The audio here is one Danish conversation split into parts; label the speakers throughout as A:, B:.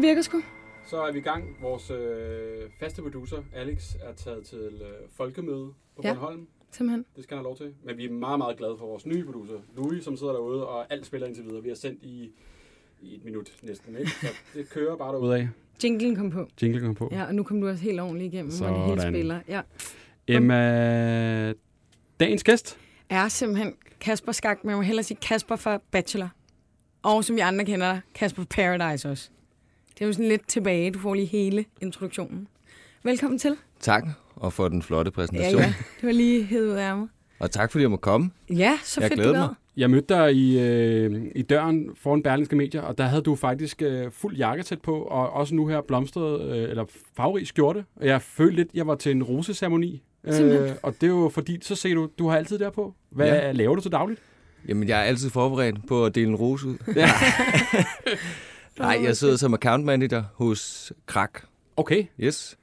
A: virker sgu.
B: Så er vi i gang. Vores øh, faste producer, Alex, er taget til øh, folkemøde på
A: Ja.
B: Bornholm.
A: Simpelthen.
B: Det skal han have lov til. Men vi er meget, meget glade for vores nye producer, Louis, som sidder derude, og alt spiller indtil videre. Vi har sendt i, i et minut næsten, ikke? Så det kører bare derude af.
A: Jinglen kom på.
B: Jingle kommer på.
A: Ja, og nu kom du også helt ordentligt igennem, Sådan. og det hele
B: Sådan.
A: spiller. Ja.
B: Emma, dagens gæst.
A: Er simpelthen Kasper Skak, men jeg må hellere sige Kasper fra Bachelor. Og som vi andre kender dig, Kasper fra Paradise også. Det er jo sådan lidt tilbage, du får lige hele introduktionen. Velkommen til.
C: Tak, og for den flotte
A: Ja,
C: præsentation.
A: ja. Det var lige hævet ud af mig.
C: Og tak, fordi jeg må komme.
A: Ja, så
C: Jeg
A: fedt
C: glæder
A: du
C: mig.
A: gad.
B: Jeg mødte dig i, øh, i døren foran Berlingske Medier, og der havde du faktisk øh, fuld jakkesæt på, og også nu her blomstret, øh, eller farverig skjorte. Og jeg følte lidt, jeg var til en roseceremoni. Øh,
A: Simpelthen.
B: og det er jo fordi, så ser du, du har altid der på. Hvad ja.
C: Ja.
B: laver du til dagligt?
C: Jamen, jeg er altid forberedt på at dele en rose ud. Ja. Nej, jeg sidder som account manager hos Krak.
B: Okay,
C: Yes.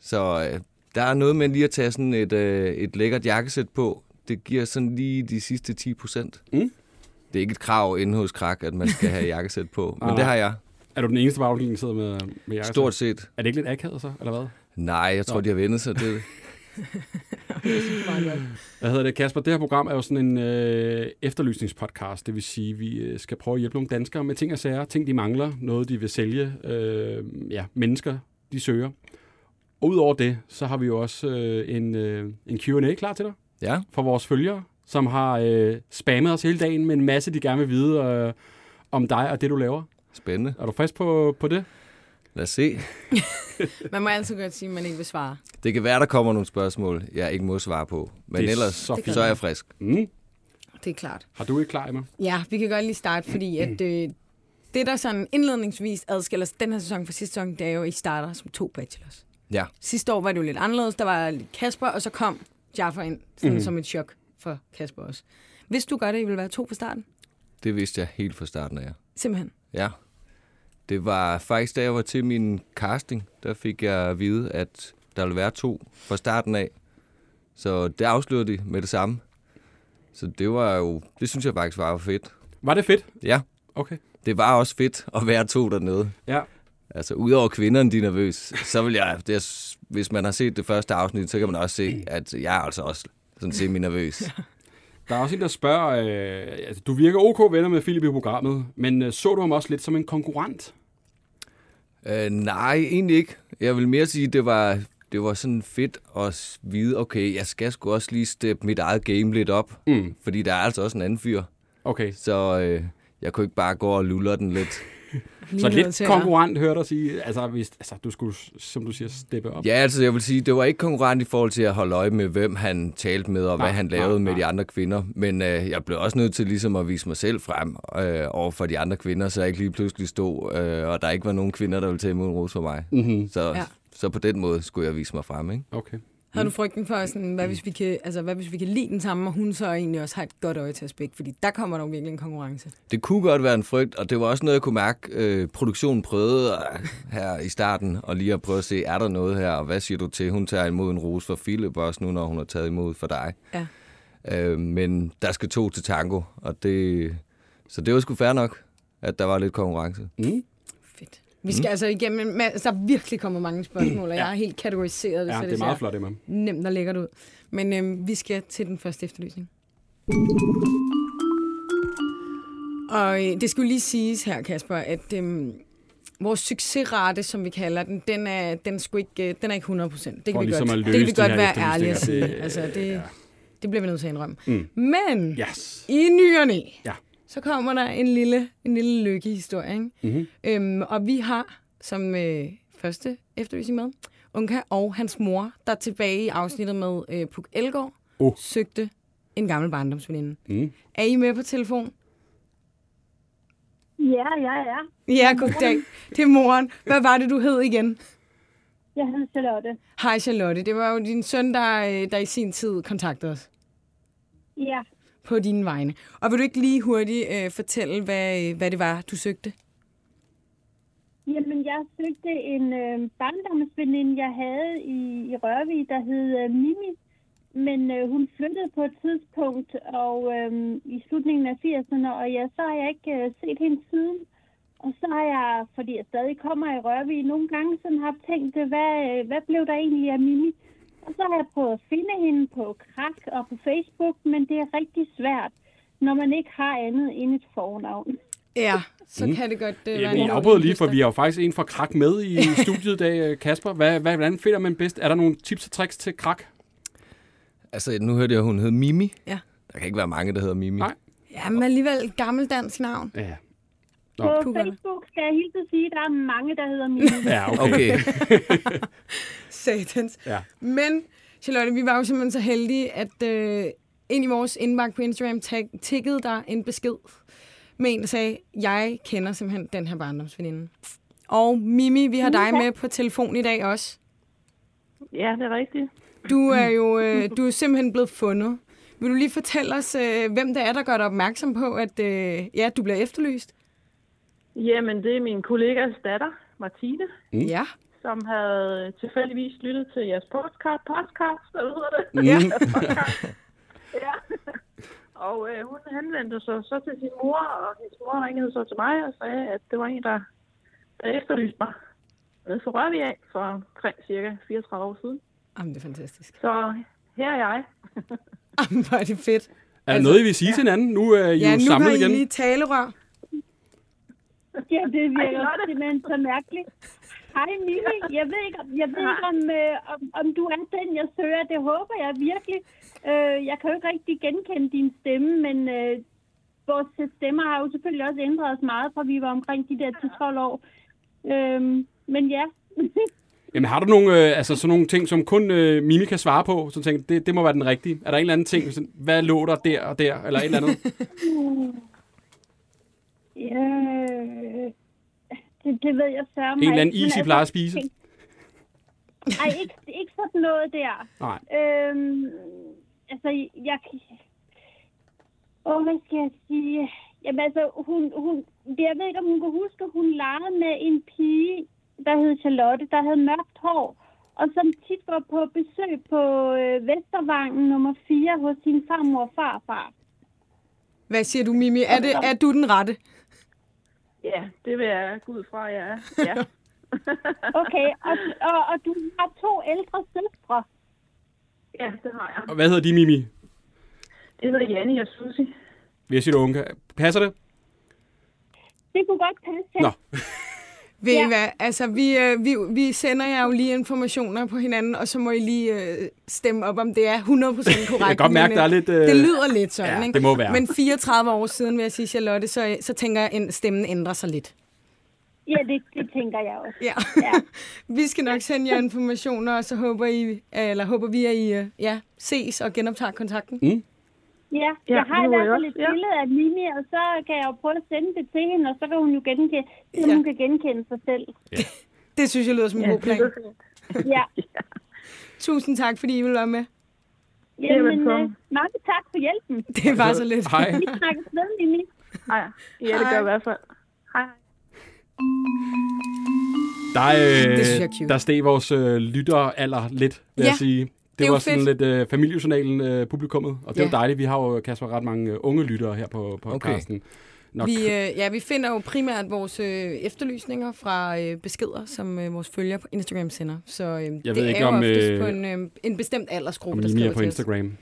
C: Så øh, der er noget med lige at tage sådan et, øh, et lækkert jakkesæt på. Det giver sådan lige de sidste 10 procent.
B: Mm.
C: Det er ikke et krav inde hos Krak, at man skal have jakkesæt på, men
B: Nej.
C: det har jeg.
B: er du den eneste på afdelingen, der sidder med, med Ah. jakkesæt?
C: Stort set.
B: Er det ikke lidt akavet så, eller hvad?
C: Nej, jeg tror,
B: Nå.
C: de har vendt sig til det.
B: Hvad hedder det, Kasper? Det her program er jo sådan en øh, efterlysningspodcast, det vil sige, vi øh, skal prøve at hjælpe nogle danskere med ting og sager, ting de mangler, noget de vil sælge, øh, ja, mennesker de søger. Og udover det, så har vi jo også øh, en, øh, en Q&A klar til dig
C: Ja,
B: fra vores følgere, som har øh, spammet os hele dagen med en masse, de gerne vil vide øh, om dig og det, du laver.
C: spændende.
B: Er du frisk på, på det?
C: Lad os se.
A: Man må altid godt sige, at man ikke vil svare.
C: Det kan være, der kommer nogle spørgsmål, jeg ikke må svare på. Men
B: Det er
C: ellers,
B: så
C: så,
B: fint.
C: så er jeg frisk.
B: Mm.
A: Det er klart.
B: Har du ikke klar, Emma?
A: Ja, vi kan godt lige starte, fordi at, øh, det, der sådan indledningsvis adskiller den her sæson fra sidste sæson, det er jo, at I starter som to bachelors.
C: Ja.
A: Sidste år var det jo lidt anderledes. Der var lidt Kasper, og så kom Jaffa ind sådan mm. som et chok for Kasper også. Hvis du gør det, I vil være to fra starten?
C: Det vidste jeg helt fra starten af jer.
A: Simpelthen.
C: Ja. Det var faktisk, da jeg var til min casting, der fik jeg at vide, at der ville være to fra starten af. Så det afslørede de med det samme. Så det var jo, det synes jeg faktisk var fedt.
B: Var det fedt?
C: Ja,
B: Okay.
C: det var også fedt at være to dernede.
B: Ja.
C: Altså, udover kvinderne, de er nervøs, så vil jeg, det er, hvis man har set det første afsnit, så kan man også se, at jeg er altså også sådan semi-nervøs.
B: Der er også en, der spørger, øh, altså, du virker ok venner med Philip i programmet, men øh, så du ham også lidt som en konkurrent?
C: Øh, nej, egentlig ikke. Jeg vil mere sige, det var, det var sådan fedt at s- vide, okay, jeg skal sgu også lige steppe mit eget game lidt op,
B: Mm.
C: fordi der er altså også en anden fyr.
B: Okay,
C: Så øh, jeg kunne ikke bare gå og lulle den lidt.
A: Lige
B: så
A: ned
B: lidt
A: til jer.
B: konkurrent hørte dig sige, altså, hvis, altså du skulle, som du siger, steppe op.
C: Ja, altså jeg vil sige, det var ikke konkurrent i forhold til at holde øje med, hvem han talte med og
B: Nej,
C: hvad han
B: nej,
C: lavede med
B: nej.
C: de andre kvinder. Men øh, jeg blev også nødt til ligesom at vise mig selv frem øh, over for de andre kvinder, så jeg ikke lige pludselig stod, øh, og der ikke var nogen kvinder, der ville tage imod en rose for mig.
B: Mm-hmm.
C: Så,
A: Ja.
C: ja. så på den måde skulle jeg vise mig frem, ikke?
B: Okay. Mm.
A: Havde du frygten for, sådan, hvad, hvis vi kan, altså, hvad hvis vi kan lide den samme, og hun så egentlig også har et godt øje til at spække? Fordi der kommer der jo virkelig en konkurrence.
C: Det kunne godt være en frygt, og det var også noget, jeg kunne mærke, øh, produktionen prøvede øh, her i starten, og lige at prøve at se, er der noget her, og hvad siger du til, hun tager imod en rose for Philip også nu, når hun har taget imod for dig.
A: Ja.
C: Øh, men der skal to til tango, og det, så det var sgu fair nok, at der var lidt konkurrence.
B: Mm.
A: Fedt. Vi skal mm. altså igennem, en ma- altså, der er virkelig kommet mange spørgsmål, og jeg har helt kategoriseret det,
B: Ja,
A: så
B: det er
A: ser
B: meget flot, Emma.
A: nemt og lækkert ud. Men øhm, vi skal til den første efterlysning. Og øh, det skulle lige siges her, Kasper, at øhm, vores succesrate, som vi kalder den, den er, den er, sgu ikke, øh, den er ikke 100 procent. Det kan,
B: For
A: vi
B: ligesom at
A: godt, det
B: løse
A: kan vi
B: de
A: godt
B: her
A: være ærlige at
B: efterlysninger,
A: sige.
B: det-
A: Altså, det,
B: ja.
A: ja. det bliver vi nødt til at indrømme.
B: Mm.
A: Men ja.
B: Yes.
A: i ny og næ,
B: Ja.
A: så kommer der en lille, en lille lykkehistorie. Ikke?
B: Mm-hmm.
A: Øhm, og vi har som øh, første efterlysning med Unka og hans mor, der tilbage i afsnittet med øh, Puk Elgård,
B: Oh.
A: søgte en gammel barndomsveninde.
B: Mm.
A: Er I med på telefon?
D: Ja, ja, ja.
A: Ja, goddag. Det er moren. Hvad var det, du hed igen?
D: Jeg hedder Charlotte.
A: Hej Charlotte. Det var jo din søn, der, øh, der i sin tid kontaktede os
D: Ja,
A: på dine vegne. Og vil du ikke lige hurtigt øh, fortælle, hvad, øh, hvad det var, du søgte?
D: jamen jeg søgte en øh, barndomsveninde, jeg havde i, i Rørvig, der hed øh, Mimi. Men øh, hun flyttede på et tidspunkt og øh, i slutningen af 80'erne, og ja, så har jeg ikke øh, set hende siden. Og så har jeg, fordi jeg stadig kommer i Rørvig, nogle gange sådan har tænkt, hvad, øh, hvad blev der egentlig af Mimi? Og så har jeg prøvet at finde hende på Krak og på Facebook, men det er rigtig svært, når man ikke har andet end et fornavn.
A: Ja, så
B: Mm.
A: kan det godt uh,
B: Ja, men jeg afbryder lige, for vi har jo faktisk en fra Krak med i studiet i dag, øh, Kasper. Hvad, hvad, hvordan finder man bedst? Er der nogle tips og tricks til Krak?
C: Altså, nu hørte jeg, at hun hed Mimi.
A: Ja.
C: Der kan ikke være mange, der hedder Mimi.
B: Nej.
A: Ja, men alligevel et gammeldansk navn.
B: Ja. Nå.
D: På
A: Pukkerne.
D: Facebook skal jeg hele tiden sige, at der er mange, der hedder Mimi.
B: Ja, okay. okay.
C: Okay,
A: Satans.
B: Ja.
A: Men, Charlotte, vi var jo simpelthen så heldige, at øh, ind i vores indbakke på Instagram tag- tikkede der en besked med en, der sagde, jeg kender simpelthen den her barndomsveninde. Og Mimi, vi har dig med på telefon i dag også.
E: Ja, det er rigtigt.
A: Du er jo øh, du er simpelthen blevet fundet. Vil du lige fortælle os, øh, hvem det er, der gør dig opmærksom på, at øh, ja, du bliver efterlyst?
E: Jamen, det er min kollegas datter, Martine,
B: Mm.
A: Ja.
E: som havde tilfældigvis lyttet til jeres podcast, podcast eller hvad hedder det?
A: Ja.
E: Ja. Og øh, hun henvendte sig så til sin mor, og hendes mor ringede så til mig og sagde, at det var en, der, der efterlyste mig nede fra Rørvig af for omkring cirka 34 år siden.
A: Jamen, det er fantastisk.
E: Så her er jeg.
A: Jamen, hvor er det fedt.
B: Er der noget, I vil sige til hinanden? Nu er I
A: Altså, Ja,
B: jo
A: nu har
B: samlet
A: I
B: igen.
A: lige talerør.
D: Ja, det virker
E: Ej, Lotte.
D: simpelthen så mærkeligt. Hej Mimi, jeg ved ikke, om, jeg ved ikke om, øh, om, om du er den, jeg søger. Det håber jeg virkelig. Øh, jeg kan jo ikke rigtig genkende din stemme, men øh, vores stemmer har jo selvfølgelig også ændret os meget, fra vi var omkring de der 12 år. Øh, men ja,
B: Jamen har du nogle, øh, altså, sådan nogle ting, som kun øh, Mimi kan svare på? Så tænker du, det, det må være den rigtige. Er der en eller anden ting? Sådan, hvad lå der der og der? Eller et eller andet?
D: øh, det, det ved jeg sørger
B: en eller anden is, I plejer at spise?
D: altså, Ej, ikke, ikke sådan noget der.
B: Nej.
D: Øhm, altså, jeg... Åh, hvad skal jeg sige? Jamen, altså, hun, hun, jeg ved ikke, om hun kan huske, at hun legede med en pige, der hed Charlotte, der havde mørkt hår, og som tit var på besøg på øh, Vestervangen nummer 4 hos sin farmor og farfar.
A: Hvad siger du, Mimi? Er, det, er du den rette?
E: Ja, det vil jeg gå ud fra, jeg er. Ja.
D: Okay, og, og, og du har to ældre søstre.
E: ja, det har jeg.
B: Og hvad hedder de, Mimi?
E: Det hedder Janne og Susie.
B: Vil jeg sige det unge? Passer det?
D: Det kunne godt passe.
B: Nå.
A: Ved ja.
D: Ja.
A: I hvad? Altså, vi, øh, vi, vi sender jer jo lige informationer på hinanden, og så må I lige øh, stemme op, om det er 100% korrekt.
B: Jeg kan godt mærke,
A: Men,
B: der er lidt... Øh...
A: Det lyder lidt sådan,
B: Ja,
A: ikke?
B: det må være.
A: Men 34 år siden, vil jeg sige, Charlotte, så, så tænker jeg, at stemmen ændrer sig lidt.
D: Ja, det, det tænker jeg også.
A: Ja.
D: Ja.
A: vi skal nok sende jer informationer, og så håber, I, øh, eller håber vi, at I øh, ja, ses og genoptager kontakten.
B: Mm.
D: Ja,
E: Ja,
D: jeg har i
E: nu er
D: hvert
E: jeg
D: fald
E: også-
D: et
E: ja.
D: billede af Mimi, og så kan jeg jo prøve at sende det til hende, og så kan hun jo genkende, så hun kan genkende sig selv.
A: Det synes jeg lyder som en god plan.
D: Ja,
A: Tusind tak, fordi I vil være med.
D: jamen,
E: velkommen.
D: øh, mange tak for hjælpen.
A: Det var så lidt.
B: Hej.
D: Vi snakkes ved, Mimi.
E: Ej, ja, det gør jeg i hvert fald. Hej.
B: Der, øh,
A: Det synes jeg er cute.
B: der steg vores øh, lyttere alder lidt, vil
A: Ja,
B: jeg sige. Det,
A: det er
B: var
A: jo
B: sådan
A: fedt.
B: lidt øh, familiejournalen øh, publikummet, og det er
A: Ja.
B: jo dejligt. Vi har jo, Kasper, ret mange øh, unge lyttere her på på
C: Okay.
B: podcasten. Nok.
A: Vi, øh, ja, vi finder jo primært vores øh, efterlysninger fra øh, beskeder, som øh, vores følgere på Instagram sender. Så øh, det
B: ved
A: er
B: ikke,
A: jo
B: om,
A: oftest
B: øh,
A: på en, øh, en bestemt aldersgruppe, der
B: Mimi
A: skriver
B: er på
A: til os.
B: Instagram.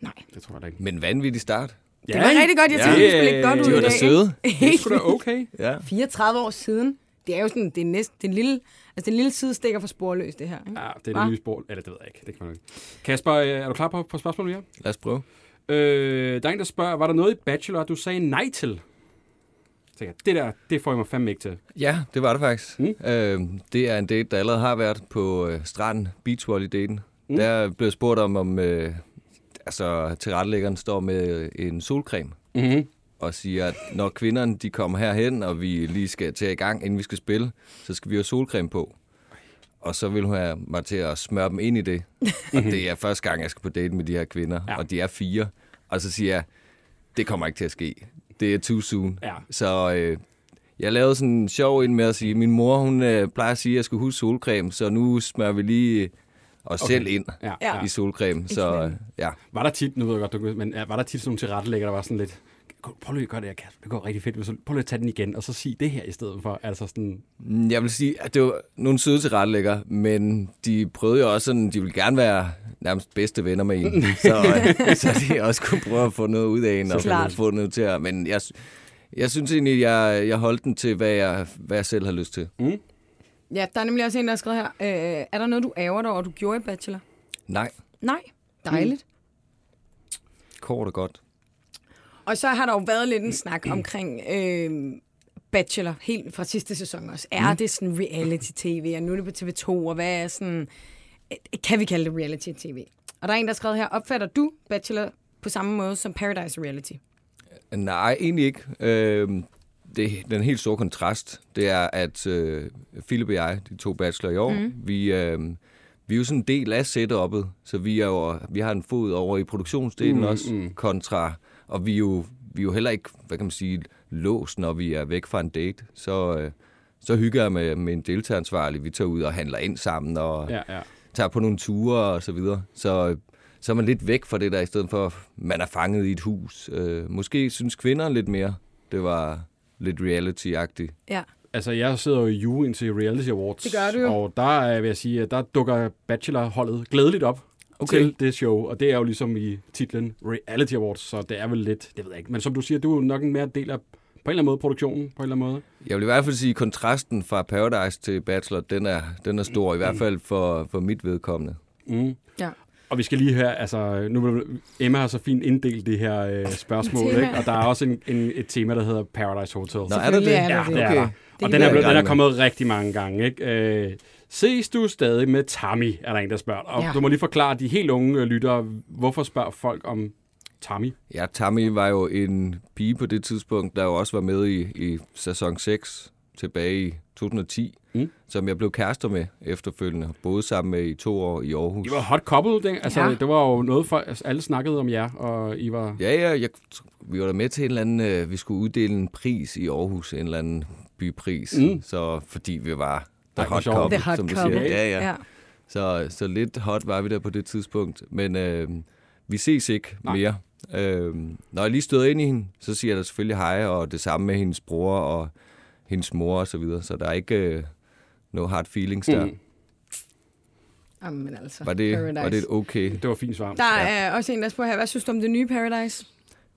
A: Nej.
B: Det tror jeg da ikke.
C: men vanvittig start.
B: Ja,
A: Det var rigtig godt, jeg
C: Ja.
A: tænkte, det skulle
B: Det,
A: lægge godt
B: øh,
A: ud
C: De var
A: i
C: da
A: dag.
C: søde.
B: Det er sgu da okay.
C: Ja.
A: ikke? 34 år siden. Det er jo sådan, det er næsten, det er en lille, altså det er en lille sidestikker for sporløs, det her. Ikke?
B: Ja, det er
A: Hva?
B: det nye spor. Eller det ved jeg ikke. Det kan man ikke. Kasper, øh, er du klar på, på spørgsmålet her?
C: Lad os prøve.
B: Øh, der er en, der spørger, var der noget i Bachelor, du sagde nej til? Så Tænker, jeg, det der, det får jeg mig fandme ikke til.
C: Ja, det var det faktisk.
B: Mm.
C: Mm. Øh, det er en date, der allerede har været på øh, stranden, beachvolley-daten.
B: Mm.
C: Mm. Der blev jeg spurgt om, om øh, altså, tilrettelæggeren står med øh, en solcreme
B: Mm-hmm.
C: og siger, at når kvinderne de kommer herhen, og vi lige skal til i gang, inden vi skal spille, så skal vi have solcreme på. Og så vil hun have mig til at smøre dem ind i det. Og det er første gang, jeg skal på date med de her kvinder,
B: Ja.
C: ja. og de er fire. Og så siger jeg, det kommer ikke til at ske. Det er too soon.
B: Ja.
C: Så øh, jeg lavede sådan en sjov ind med at sige, min mor hun øh, plejer at sige, at jeg skal huske solcreme, så nu smører vi lige øh, os okay. selv ind
B: Ja,
A: Ja.
B: ja.
C: i solcreme. Så øh, ja.
B: Var der tit, nu ved jeg godt, du, kan- men ja, var der tit sådan nogle tilrettelægger, der var sådan lidt, prøv lige at gøre det her, Kasper. Det går rigtig fedt. Så prøv lige at tage den igen, og så sig det her i stedet for. Altså sådan,
C: Mm, Jeg vil sige, at det var nogle søde tilrettelægger, men de prøvede jo også sådan, de ville gerne være nærmest bedste venner med en, så, øh, så de også kunne prøve at få noget ud af en, og
A: klart.
C: få noget til at, men jeg, sy- jeg synes egentlig, at jeg, jeg holdt den til, hvad jeg, hvad jeg selv har lyst til.
A: Ja, der er nemlig også en, der har skrevet her. Øh, er der noget, du ærger dig over, du gjorde i Bachelor?
C: Nej,
A: Nej. Dejligt. Mm.
C: kort og godt.
A: Og så har der jo været lidt en snak omkring øh, Bachelor, helt fra sidste sæson også. Er mm. det sådan reality-tv, og nu er det på TV2, og hvad er sådan... øh, Kan vi kalde det reality-tv? Og der er en, der har skrevet her, opfatter du Bachelor på samme måde som Paradise Reality?
C: Nej, egentlig ikke. Øh, det, den helt store kontrast, det er, at øh, Philip og jeg, de to bachelor i år, mm. vi, øh, vi er jo sådan en del af setup'et, så vi, er jo, vi har en fod over i produktionsdelen mm, også, mm. kontra, og vi er, jo, vi er jo heller ikke, hvad kan man sige, låst, når vi er væk fra en date, så... Øh, så hygger jeg med, med en deltageransvarlig. Vi tager ud og handler ind sammen, og
B: ja, ja.
C: tager på nogle ture og så videre. Så, så er man lidt væk fra det der, i stedet for, at man er fanget i et hus. Øh, måske synes kvinder lidt mere, det var lidt reality-agtigt.
A: Ja.
B: Altså, jeg sidder jo i juryen til Reality Awards.
A: Det gør du jo.
B: Og der øh, vil jeg sige, at der dukker Bachelor-holdet glædeligt op okay.
C: Okay.
B: til det show. Og det er jo ligesom i titlen Reality Awards, så det er vel lidt, det ved jeg ikke. Men som du siger, du er jo nok en mere del af, på en eller anden måde, produktionen på en eller anden måde.
C: Jeg vil i hvert fald sige, at kontrasten fra Paradise til Bachelor, den er, den er stor, i hvert fald for, for mit vedkommende.
B: Mm.
A: ja.
B: Og vi skal lige her, altså, nu Emma har så fint inddelt det her øh, spørgsmål,
A: Tema.
B: ikke? og der er også en, en, et tema, der hedder Paradise Hotel.
C: Nå, er der
A: Selvfølgelig
C: det?
A: er der
B: Ja,
A: det.
B: det er der.
A: Det
B: Og
A: kan
B: den er,
A: vi
B: blevet,
C: være i
B: den er
C: gang med.
B: kommet rigtig mange gange. Ikke? Øh, ses du stadig med Tammy, er der en, der spørger. Og
A: Ja.
B: ja. du må lige forklare de helt unge øh, lyttere, hvorfor spørger folk om Tammy?
C: Ja, Tammy var jo en pige på det tidspunkt, der jo også var med i, i sæson 6 tilbage i 2010,
B: Mm.
C: mm. som jeg blev kærester med efterfølgende, og boede sammen med i to år i Aarhus.
B: I var hot couple, det, altså,
A: Ja.
B: ja. det var jo noget, for, altså, alle snakkede om jer, og I var...
C: Ja, ja, jeg, vi var da med til en eller anden, øh, vi skulle uddele en pris i Aarhus, en eller anden bypris,
B: Mm.
C: mm. så fordi vi
B: Ej,
C: var the
B: hvor
C: hot
B: sjovt.
C: couple,
A: The hot
C: som du
A: couple.
C: siger. Ja, ja.
A: ja.
C: Så, så lidt hot var vi der på det tidspunkt, men øh, vi ses ikke
B: Nej.
C: Nej. mere. Øh, når jeg lige støder ind i hende, så siger jeg da selvfølgelig hej, og det samme med hendes bror og hendes mor og så videre, så der er ikke øh, no hard feelings der.
B: Mm.
C: Mm.
A: Jamen altså,
C: Var, det,
A: Paradise.
C: var det et okay?
B: Det var fint svar.
A: Der er også en, der spørger her, hvad synes du om det nye Paradise?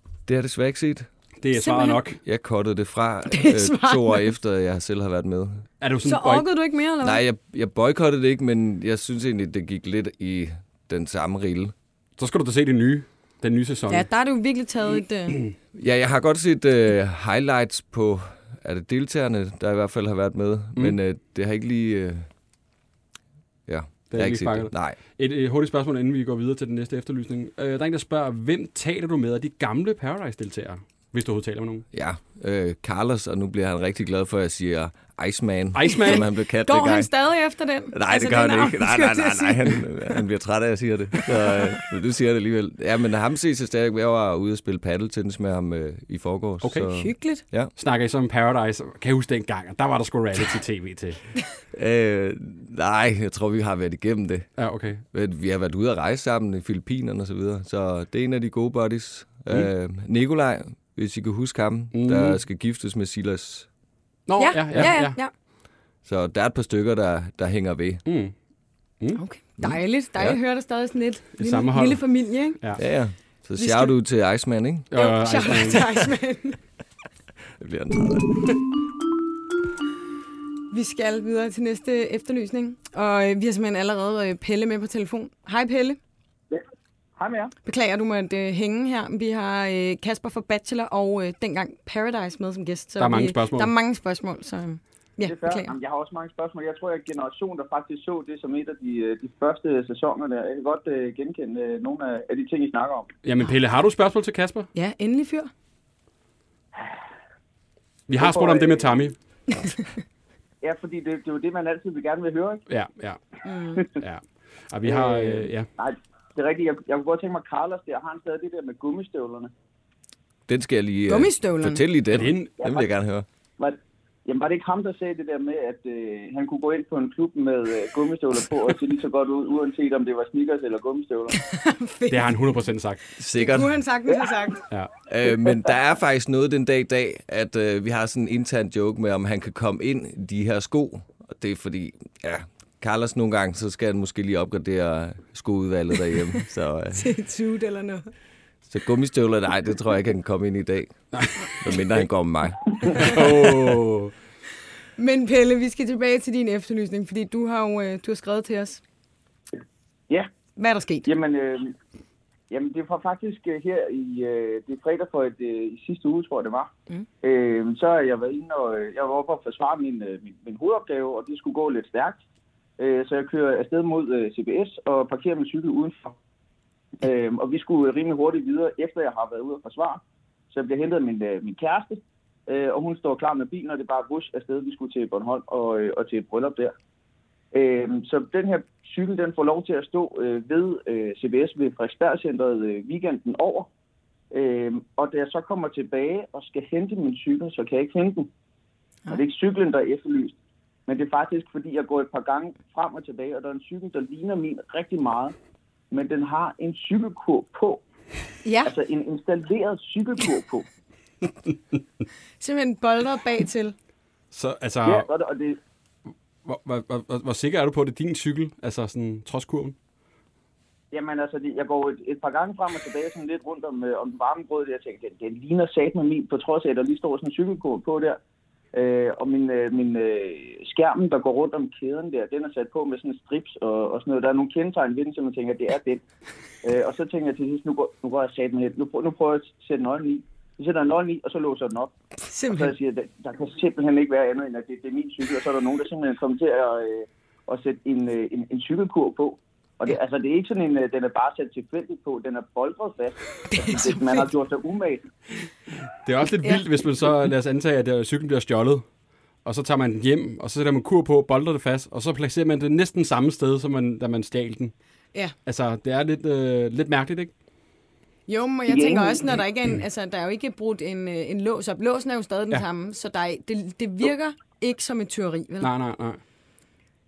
C: Det har jeg desværre ikke set.
B: Det er svaret
A: Simpelthen.
B: nok.
C: Jeg kottede det fra
A: Det er smart.
C: øh, to år efter, jeg selv har været med.
B: Er du sådan,
A: Så
B: boy-
A: orkede du ikke mere, eller hvad?
C: Nej, jeg, jeg boykottede det ikke, men jeg synes egentlig, det gik lidt i den samme rille.
B: så skal du da se det nye, den nye sæson.
A: Ja, der er du virkelig taget et... Øh,
C: Ja, jeg har godt set øh, highlights på er det deltagerne, der i hvert fald har været med,
B: Mm.
C: mm. men øh, det har ikke lige... Øh, ja, det
B: ikke
C: har ikke set
B: fanget
C: det.
B: dig.
C: Nej.
B: Et, et hurtigt spørgsmål, inden vi går videre til den næste efterlysning. Øh, der er en, der spørger, hvem taler du med af de gamle Paradise-deltagere, hvis du overhovedet taler med nogen?
C: Ja, øh, Carlos, og nu bliver han rigtig glad for, at jeg siger Iceman,
B: Iceman?
C: som han blev kaldt
A: Går
C: dengang.
A: han stadig efter den?
C: Nej, altså, det gør
A: den
C: han ikke.
A: arm,
C: Nej,
A: skulle
C: nej,
A: jeg til
C: nej,
A: at
C: nej.
A: sige.
C: Han, han bliver træt af, at jeg siger det. Så, øh, men du siger det alligevel. Ja, men ham ses jeg stadig. Jeg var ude og spille paddeltennis med ham øh, i forgårs.
B: Okay.
C: så,
A: Hyggeligt.
B: Snakker I så om Paradise? Kan jeg huske dengang, og der var der sgu reality-tv til.
C: Øh, nej, jeg tror, vi har været igennem det.
B: Ja, okay.
C: Men Vi har været ude at rejse sammen i Filippinerne og så videre, så det er en af de gode buddies. Mm. Øh, Nikolaj, hvis I kan huske ham,
B: Mhm.
C: mm. der skal giftes med Silas.
B: Nå, ja, ja, ja. ja.
A: ja.
C: Så der er et par stykker, der, der hænger ved.
B: Mm.
A: Okay. Dejligt. Dejligt
C: Ja.
A: at høre dig stadig sådan lidt. Lille,
B: sammenhold.
A: lille familie, ikke?
B: Ja.
C: Ja, ja. Så
A: skal-
C: shout ud til Iceman, ikke?
A: Jo,
B: Øh,
A: shout out
B: Iceman.
A: til Iceman.
C: Det bliver en træt af.
A: Vi skal videre til næste efterlysning, og øh, vi har simpelthen allerede øh, Pelle med på telefon. Hej Pelle.
F: Hej med jer.
A: Beklager, du måtte øh, hænge her. Vi har øh, Kasper fra Bachelor og øh, dengang Paradise med som gæst. Så
B: Der er mange
A: vi,
B: spørgsmål.
A: Der er mange spørgsmål, så øh, ja,
F: Det er fair.
A: beklager.
F: Jamen, jeg har også mange spørgsmål. Jeg tror, jeg er en generation, der faktisk så det som et af de, øh, de første sæsoner. Der. Jeg kan godt øh, genkende øh, nogle af, af de ting, I snakker om.
B: Jamen Pelle, har du et spørgsmål til Kasper?
A: Ja, endelig fyr.
B: Vi har
F: Hvorfor,
B: spurgt om det med
F: øh,
B: Tammy.
F: Ja, fordi det, det er jo det, man altid vil gerne vil høre. Ikke?
B: Ja, ja. ja. Og vi har, øh, ja.
F: Nej, det er rigtigt. Jeg, jeg kunne godt tænke mig, Carlos der, har han stadig det der med gummistøvlerne?
C: Den skal jeg lige
A: Gummistøvlerne.
C: fortælle lige den.
B: Er det en-
C: Den vil jeg gerne høre.
F: Var, Jamen var det ikke ham, der sagde det der med, at øh, han kunne gå ind på en klub med øh, gummistøvler på og se lige så godt ud, uanset om det var sneakers eller gummistøvler?
B: Det har han 100% sagt.
C: Sikkert.
A: Kunne han sagtens have sagt.
B: Ja.
C: Øh, men der er faktisk noget den dag i dag, at øh, vi har sådan en intern joke med, om han kan komme ind i de her sko. Og det er fordi, ja, Carlos nogle gange, så skal han måske lige opgradere skoudvalget derhjemme. Så, øh,
A: Til suit eller noget.
C: så gummistøvler, nej, det tror jeg ikke, han kan komme ind i i dag. Hvad mindre han går med mig.
B: Altså, Oh.
A: Men Pelle, vi skal tilbage til din efterlysning, fordi du har jo øh, du har skrevet til os.
F: Ja,
A: Hvad er der sket?
F: Jamen, øh, jamen det var faktisk øh, her i øh, det er fredag for et, øh, i sidste uge, tror jeg det var. Mm. Øh, så har jeg været inde og øh, jeg var oppe og forsvare min, øh, min, min hovedopgave, og det skulle gå lidt stærkt. Øh, så jeg kører afsted mod øh, CBS og parkerer min cykel udenfor. Øh, og vi skulle øh, rimelig hurtigt videre, efter jeg har været ude og forsvare. Så jeg bliver hentet af min, øh, min kæreste, øh, og hun står klar med bilen, og det er bare rush afsted. Vi skulle til Bornholm og, øh, og til et bryllup der. Øhm, så den her cykel, den får lov til at stå øh, ved øh, CBS ved Frederiksbergcentret øh, weekenden over. Øhm, og da jeg så kommer tilbage og skal hente min cykel, så kan jeg ikke hente den. Og det er ikke cyklen, der er efterlyst. Men det er faktisk, fordi jeg går et par gange frem og tilbage, og der er en cykel, der ligner min rigtig meget. Men den har en cykelkurv på.
A: Ja,
F: Altså en installeret cykelkurv på.
A: simpelthen bolder bag til.
B: Så altså,
F: Ja, og det, og det,
B: hvor, hvor, hvor, hvor, hvor sikker er du på, at det er din cykel? Altså sådan trods kurven?
F: Jamen altså, det- jeg går et, et par gange frem og tilbage sådan lidt rundt om, øh, om den varme grød, der jeg tænker, den, den ligner sat med min, på trods af, at der lige står sådan en cykelkurv på der. Øh, og min, øh, min øh, skærmen, der går rundt om kæden der, den er sat på med sådan strips og, og sådan noget. Der er nogle kendetegn ved den, som jeg tænker, det er den. Øh, og så tænker jeg til sidst, nu går, nu går jeg sat med hen. Nu, prø- nu prøver jeg at sætte nøglen i. Så sætter jeg nøglen i, og så låser jeg den op. Og så
A: Simpelthen.
F: jeg siger, der, der kan simpelthen ikke være andet end, at det, det er min cykel, og så er der nogen, der simpelthen kommer til at, øh, at sætte en, øh, en, en cykelkurv på. Og det, altså, det er ikke sådan en, øh, den er bare sat tilfældigt på, den er boldret fast. Altså, det, man har gjort sig umage.
B: Det er også lidt vildt, hvis man så, lad os antage, at øh, cyklen bliver stjålet, og så tager man den hjem, og så sætter man kur på, bolder det fast, og så placerer man det næsten samme sted, som man, da man stjal den.
A: Ja.
B: Altså, det er lidt, øh, lidt mærkeligt, ikke?
A: Jo, men jeg
F: Ja,
A: tænker
F: men-
A: også, når der ikke er en, altså, der er jo ikke brudt en, øh, en lås op. Låsen er jo stadig den
B: Ja.
A: samme, så der er, det, det virker ikke som et tyveri, vel?
B: Nej, nej, nej.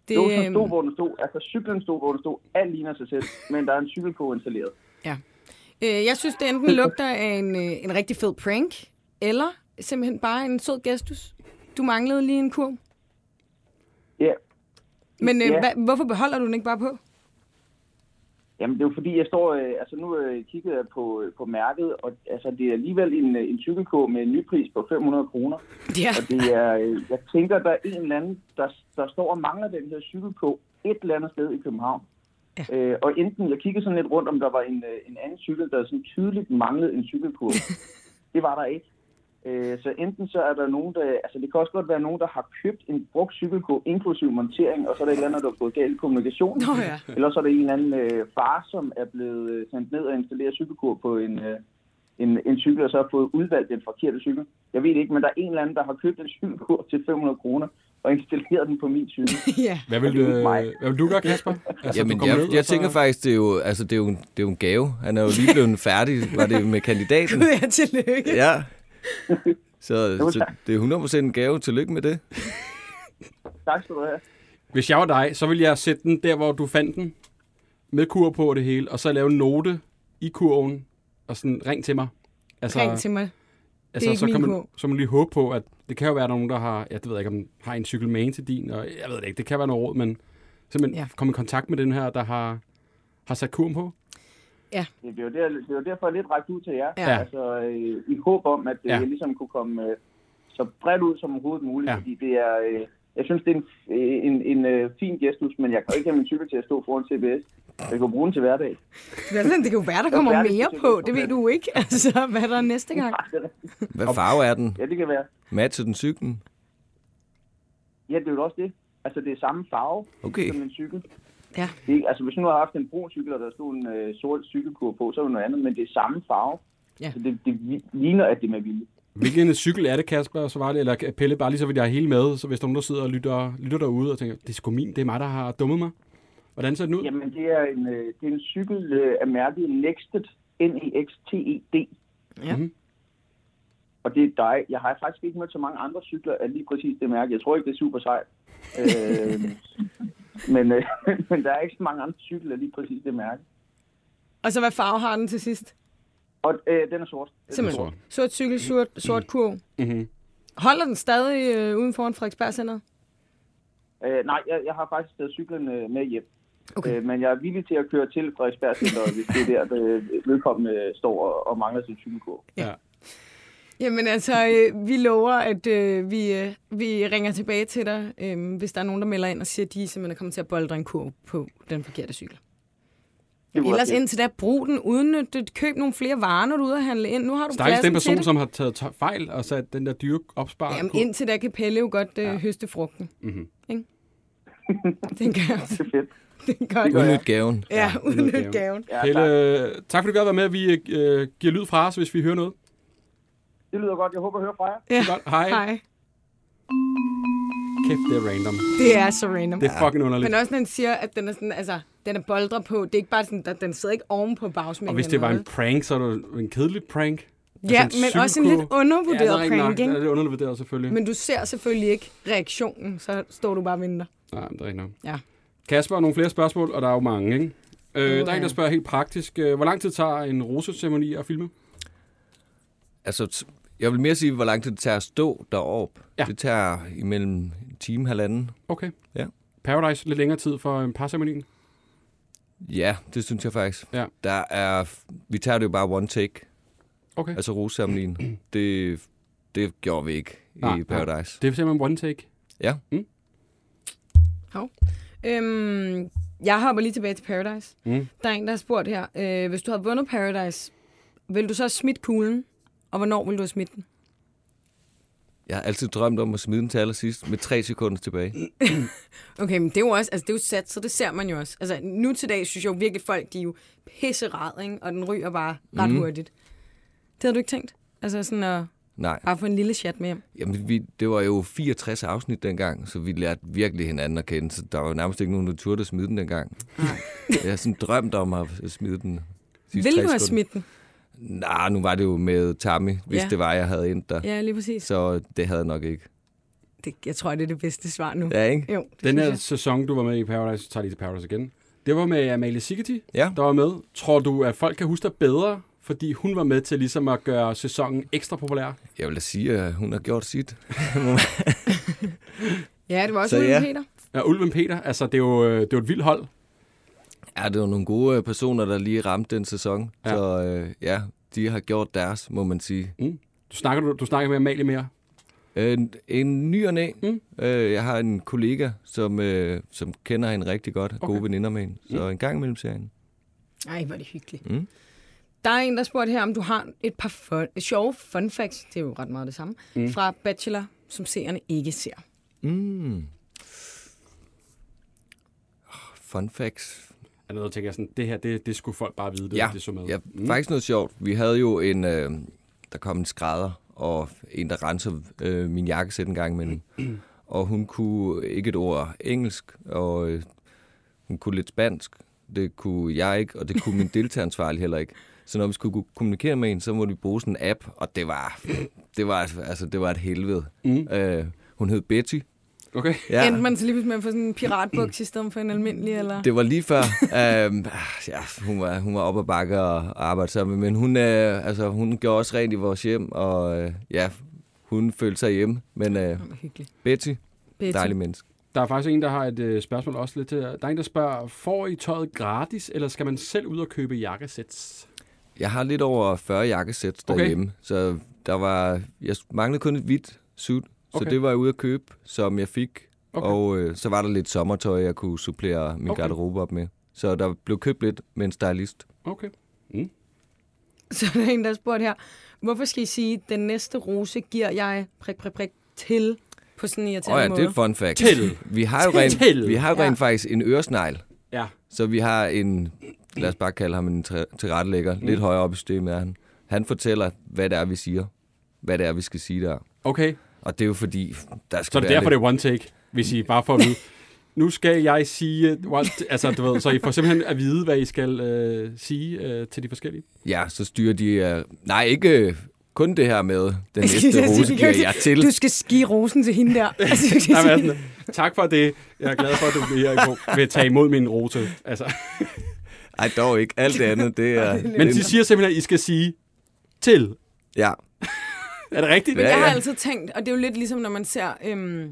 A: det,
F: Låsen stod,
A: øhm,
F: hvor den stod. Altså, cyklen stod, hvor den stod. Alt ligner sig selv, men der er en cykelkurv installeret.
A: Ja. Øh, jeg synes, det enten lugter af en, øh, en rigtig fed prank, eller simpelthen bare en sød gestus. Du manglede lige en kurv.
F: Ja,
A: Men øh,
F: Ja.
A: hva, hvorfor beholder du den ikke bare på?
F: Jamen, det er jo fordi, jeg står... Øh, altså, nu øh, kiggede jeg på, øh, på mærket, og altså, det er alligevel en, øh, en cykelkurv med en ny pris på 500 kroner.
A: Ja.
F: Og det er, øh, jeg tænker, der er en eller anden, der, der står og mangler den her cykel på et eller andet sted i København. Ja. Øh, og enten, jeg kiggede sådan lidt rundt, om der var en, øh, en anden cykel, der sådan tydeligt manglede en cykelkurv. det var der ikke. Øh, så enten så er der nogen, der... Altså, det kan også godt være nogen, der har købt en brugt cykelkurv, inklusiv montering, og så er der et eller andet, der er gået galt i kommunikationen.
A: Nå ja.
F: Eller så er der en eller anden øh, far, som er blevet øh, sendt ned og installeret cykelkur på en, øh, en, en cykel, og så har fået udvalgt den forkerte cykel. Jeg ved det ikke, men der er en eller anden, der har købt en cykelkur til 500 kroner og installeret den på min cykel.
A: ja.
B: Hvad vil,
F: Det
B: du,
F: er
B: øh,
F: jo ikke mig.
B: hvad vil du gøre, Kasper? Altså, du
C: Jamen,
B: kommer
C: jeg,
B: ned, og
C: jeg
B: så-
C: tænker faktisk, det er jo, altså, det er jo, en, det er jo en gave. Han er jo lige blevet færdig, var det med kandidaten.
A: Gud, ja, tillykke.
C: Ja. Så,
F: Jo,
C: så
F: tak.
C: det er 100% en gave. Tillykke med det.
F: Tak skal du have.
B: Hvis jeg var dig, så ville jeg sætte den der, hvor du fandt den, med kur på og det hele, og så lave en note i kurven, og sådan, ring til mig. Altså,
A: Ring til mig.
B: altså,
A: er ikke
B: så,
A: min
B: kan man,
A: kurv.
B: så kan man lige håbe på, at det kan jo være, at der er nogen, der har, ja, det ved jeg ikke, om har en cykel med en til din, og jeg ved det ikke, det kan være noget råd, men simpelthen
A: Ja.
B: ja. komme i kontakt med den her, der har, har sat kurven på.
F: Det var, der, det var derfor, jeg lidt rækket ud til jer.
A: Ja.
F: Altså, øh, I håb om, at øh,
B: Ja.
F: jeg ligesom kunne komme øh, så bredt ud som overhovedet muligt,
B: Ja.
F: ja. fordi det er... Øh, jeg synes, det er en, øh, en, en øh, fin gestus, men jeg kan jo ikke have min cykel til at stå foran CBS. Jeg kan bruge den til hverdag.
A: Det er sådan, Det kan jo være, der kommer
F: færdig,
A: mere
F: det er
A: på.
F: det.
A: Det ved du jo ikke. Altså, hvad der er næste gang.
C: Hvad farve er den?
F: Ja, det kan være.
C: Matcher den cyklen?
F: Ja, det er jo også det. Altså, det er samme farve
C: Okay.
F: som en cykel.
A: Ja.
F: Det er, ikke- altså, hvis nu har haft en brun cykel, og der stod en øh, sort cykelkur på, så er det noget andet, men det er samme farve.
A: Ja.
F: Så det, det vi- ligner, at det er med vilje.
B: Hvilken cykel er det, Kasper? og Så var det, eller øh, Pelle, bare lige så vil jeg have hele med, så hvis der er nogen, der sidder og lytter, lytter derude og tænker, det er sgu min, det er mig, der har dummet mig. Hvordan ser den ud?
F: Jamen, det er en, øh, det er en cykel E øh, af mærket Nexted, N-E-X-T-E-D.
A: Ja.
F: Mhm. Og det er dig. Jeg har faktisk ikke mødt så mange andre cykler af lige præcis det mærke. Jeg tror ikke, det er super sejt. øh, men, øh, men der er ikke så mange andre cykler af lige præcis det mærke.
A: Og så hvad farve har den til sidst?
F: Og øh, den er sort. Den er
A: Simpelthen.
B: sort.
A: Sort, sort cykel, sort, sort kurv.
B: Mm-hmm.
A: Holder den stadig øh, uden foran Frederiksberg Center?
F: Øh, nej, jeg, jeg har faktisk taget cyklen øh, med hjem.
A: Okay.
F: Okay. Øh, men jeg er villig til at køre til Frederiksberg Center, hvis det er der, øh, vedkommende står og, og mangler sin cykelkurv.
B: Ja.
A: Jamen altså, øh, vi lover, at øh, vi, øh, vi ringer tilbage til dig, øh, hvis der er nogen, der melder ind og siger, at de simpelthen er kommet til at boldre en kurv på den forkerte cykel.
F: Det kunne
A: Ellers
F: være fedt.
A: indtil da, brug den, udnyt det, køb nogle flere varer, når du er ude og handle ind. Nu har du
B: Stakkels den
A: pladsen til
B: person,
A: det.
B: som har taget to- fejl og sat den der dyre opsparing
A: Jamen
B: på.
A: indtil da kan Pelle jo godt øh, ja. høste frugten.
B: Mhm.
A: Ikke? Den gør
F: Det er fedt.
A: den gør det.
C: Udnyt gaven.
A: Ja,
B: udnyt
A: udnyt gaven.
F: Ja, tak.
B: Pelle, tak fordi du har været med. Vi øh, giver lyd fra os, hvis vi hører noget.
F: Det lyder godt. Jeg håber, at høre fra jer.
A: Ja.
B: Godt. Hej.
A: Hej.
B: Kæft, det er random.
A: Det er så random.
B: Det er fucking underligt.
A: Men også, når han siger, at den er sådan, altså, den er boldre på. Det er ikke bare sådan, at den sidder ikke oven på bagsmænden.
B: Og hvis det var
A: eller
B: en prank, så er det jo en kedelig prank.
A: noget. Ja,
B: altså en
A: men også en lidt
B: psyko- ja,
A: undervurderet
B: det er
A: ja,
B: rigtig
A: prank,
B: nok. Det
A: ikke?
B: er lidt undervurderet, selvfølgelig. Men...
A: Men du ser selvfølgelig ikke reaktionen, så står du bare og venter.
B: Nej, men det er ikke nok.
A: Ja.
B: Kasper, nogle flere spørgsmål, og der er jo mange, ikke? Øh, der er en, der
A: ja.
B: spørger helt praktisk. Øh, hvor lang tid tager en roseceremoni at filme?
C: Altså, t- jeg vil mere sige, hvor lang tid det tager at stå deroppe.
B: Ja.
C: Ja. Det tager imellem en time, halvanden.
B: Okay.
C: Ja.
B: Paradise, lidt længere tid for en parceremonien.
C: Ja, det synes jeg faktisk.
B: Ja.
C: Der er, vi tager det jo bare one take,
B: Okay. Altså,
C: altså rosesamlingen. det, det gjorde vi ikke
B: Nej,
C: i Paradise.
B: det er simpelthen one take.
C: Ja,
A: Øhm, jeg hopper lige tilbage til Paradise.
B: Mm.
A: Der er en, der har spurgt her, øh, hvis du havde vundet Paradise, ville du så have smidt kuglen? Og hvornår ville du have smidt den?
C: jeg har altid drømt om at smide den til allersidst med tre sekunder tilbage.
A: Okay, men det er jo også, altså det er jo sat, så det ser man jo også. Altså nu til dag synes jeg jo virkelig, folk de er jo pisserad, ikke? Og den ryger bare ret
C: Mhm.
A: mm. hurtigt. Det havde du ikke tænkt? Altså sådan at
C: Nej,
A: bare få en lille chat med hjem.
C: Jamen, vi, det var jo 64 afsnit dengang, så vi lærte virkelig hinanden at kende. Så der var jo nærmest ikke nogen, der turde at smide den dengang. jeg har sådan drømt om at smide den. sidste
A: Ville
C: tre
A: du have
C: sekunder.
A: smidt den?
C: Nej, nu var det jo med Tammy, hvis
A: Ja.
C: ja. det var, jeg havde endt der. Ja.
A: Ja, lige præcis.
C: Så øh, det havde jeg nok ikke.
A: Det, jeg tror, det er det bedste svar nu.
C: Ja, ikke?
A: Jo, det
B: Den
A: synes
B: her
A: jeg.
B: sæson, du var med i Paradise, så tager lige til Paradise igen. Det var med Amalie Sigeti,
C: Ja.
B: der var med. Tror du, at folk kan huske dig bedre, fordi hun var med til ligesom at gøre sæsonen ekstra populær?
C: Jeg vil da sige, at hun har gjort sit.
A: Ja, det var også
C: Så
A: Ulven
C: ja.
A: Peter.
B: Ja, Ulven Peter, altså det er jo, øh, det er jo et vildt hold.
C: Ja, det var nogle gode øh, personer, der lige ramte den sæson.
B: Ja.
C: Ja. Så øh, ja, de har gjort deres, må man sige.
B: Du snakker, du, du snakker med Amalie mere.
C: Øh, en- en ny og næ.
B: Mm.
C: Mm. Øh, jeg har en kollega, som, øh, som kender hende rigtig godt. Okay. Mm. Gode veninder med hende. Så en gang imellem serien.
A: Ej, hvor er det hyggeligt. Mm.
C: Mm.
A: Der er en, der spurgte her, om du har et par fun, sjove fun facts, det er jo ret meget det samme,
C: Mhm.
A: mm. fra Bachelor, som seerne ikke ser.
C: Mm. Fun facts.
B: Er noget, tænker jeg sådan, det her, det, det skulle folk bare vide, det,
C: ja,
B: det så med.
C: ja mm. faktisk noget sjovt. Vi havde jo en, øh, der kom en skrædder, og en, der renser øh, min jakkesæt en gang imellem. og hun kunne ikke et ord engelsk, og øh, hun kunne lidt spansk. Det kunne jeg ikke, og det kunne min deltageransvarlig heller ikke. Så når vi skulle kunne kommunikere med hende, så måtte vi bruge sådan en app, og det var, det var, altså, det var et helvede. Mm. Øh, hun hed Betty.
B: Okay.
A: Ja. Endte man så lige pludselig med at få sådan en piratbuks i stedet for en almindelig, eller? Det.
C: Det var lige før. øhm, ja, hun var, hun var oppe og bakke og arbejde sammen med, men hun, øh, altså, hun gjorde også rent i vores hjem, og øh, ja, hun følte sig hjemme. Men øh,
A: Hvor hyggeligt.
C: Betty,
A: Betty.
C: dejlig menneske.
B: Der er faktisk en, der har et øh, spørgsmål også lidt til. Der er en, der spørger, får I tøjet gratis, eller skal man selv ud og købe jakkesæt?
C: Jeg har lidt over 40 jakkesæt
B: Okay.
C: derhjemme, så der var, jeg manglede kun et hvidt suit, så
B: Okay.
C: det var jeg ude at købe, som jeg fik.
B: Okay.
C: Okay. Og øh, så var der lidt sommertøj, jeg kunne supplere min
B: Okay.
C: okay. garderobe op med. Så der blev købt lidt med en stylist.
B: Okay.
A: Så er der en, der spurgte her, hvorfor skal I sige, den næste rose giver jeg prik, prik, prik til på sådan en
C: Åh
A: irriterende
C: oh, ja,
A: måde?
C: det er et fun fact.
B: Til.
C: Vi har jo
B: Til.
C: rent, vi har jo
A: Ja.
C: rent faktisk en øresnegl.
B: Ja.
C: Så vi har en, lad os bare kalde ham en tre- tilrettelægger, lidt højere op i systemet er han. Han fortæller, hvad det er, vi siger. Hvad det er, vi skal sige der.
B: Okay.
C: Og det er jo fordi, der skal
B: Så er det
C: være
B: derfor, det
C: lidt...
B: er one take, hvis I bare får at vide. Nu skal jeg sige... What? Altså, du ved, så I får simpelthen at vide, hvad I skal øh, sige øh, til de forskellige.
C: Ja, så styrer de... Øh, nej, ikke øh, kun det her med den
A: Jeg skulle
C: næste
A: til at sige,
C: rose
A: vi kan jo
C: giver
A: ikke-
C: jeg til.
A: Du skal skive rosen til hende der. Altså, du kan
B: Nej, men
A: sige-
B: altså, tak for det. Jeg er glad for, at du bliver her vil tage imod min rose. Altså.
C: Ej, dog ikke. Alt det andet, det er...
B: Men de siger simpelthen, at I skal sige til.
C: Ja,
B: Er det rigtigt?
C: Ja.
A: Jeg har altid tænkt, og det er jo lidt ligesom, når man ser... Øhm, øh,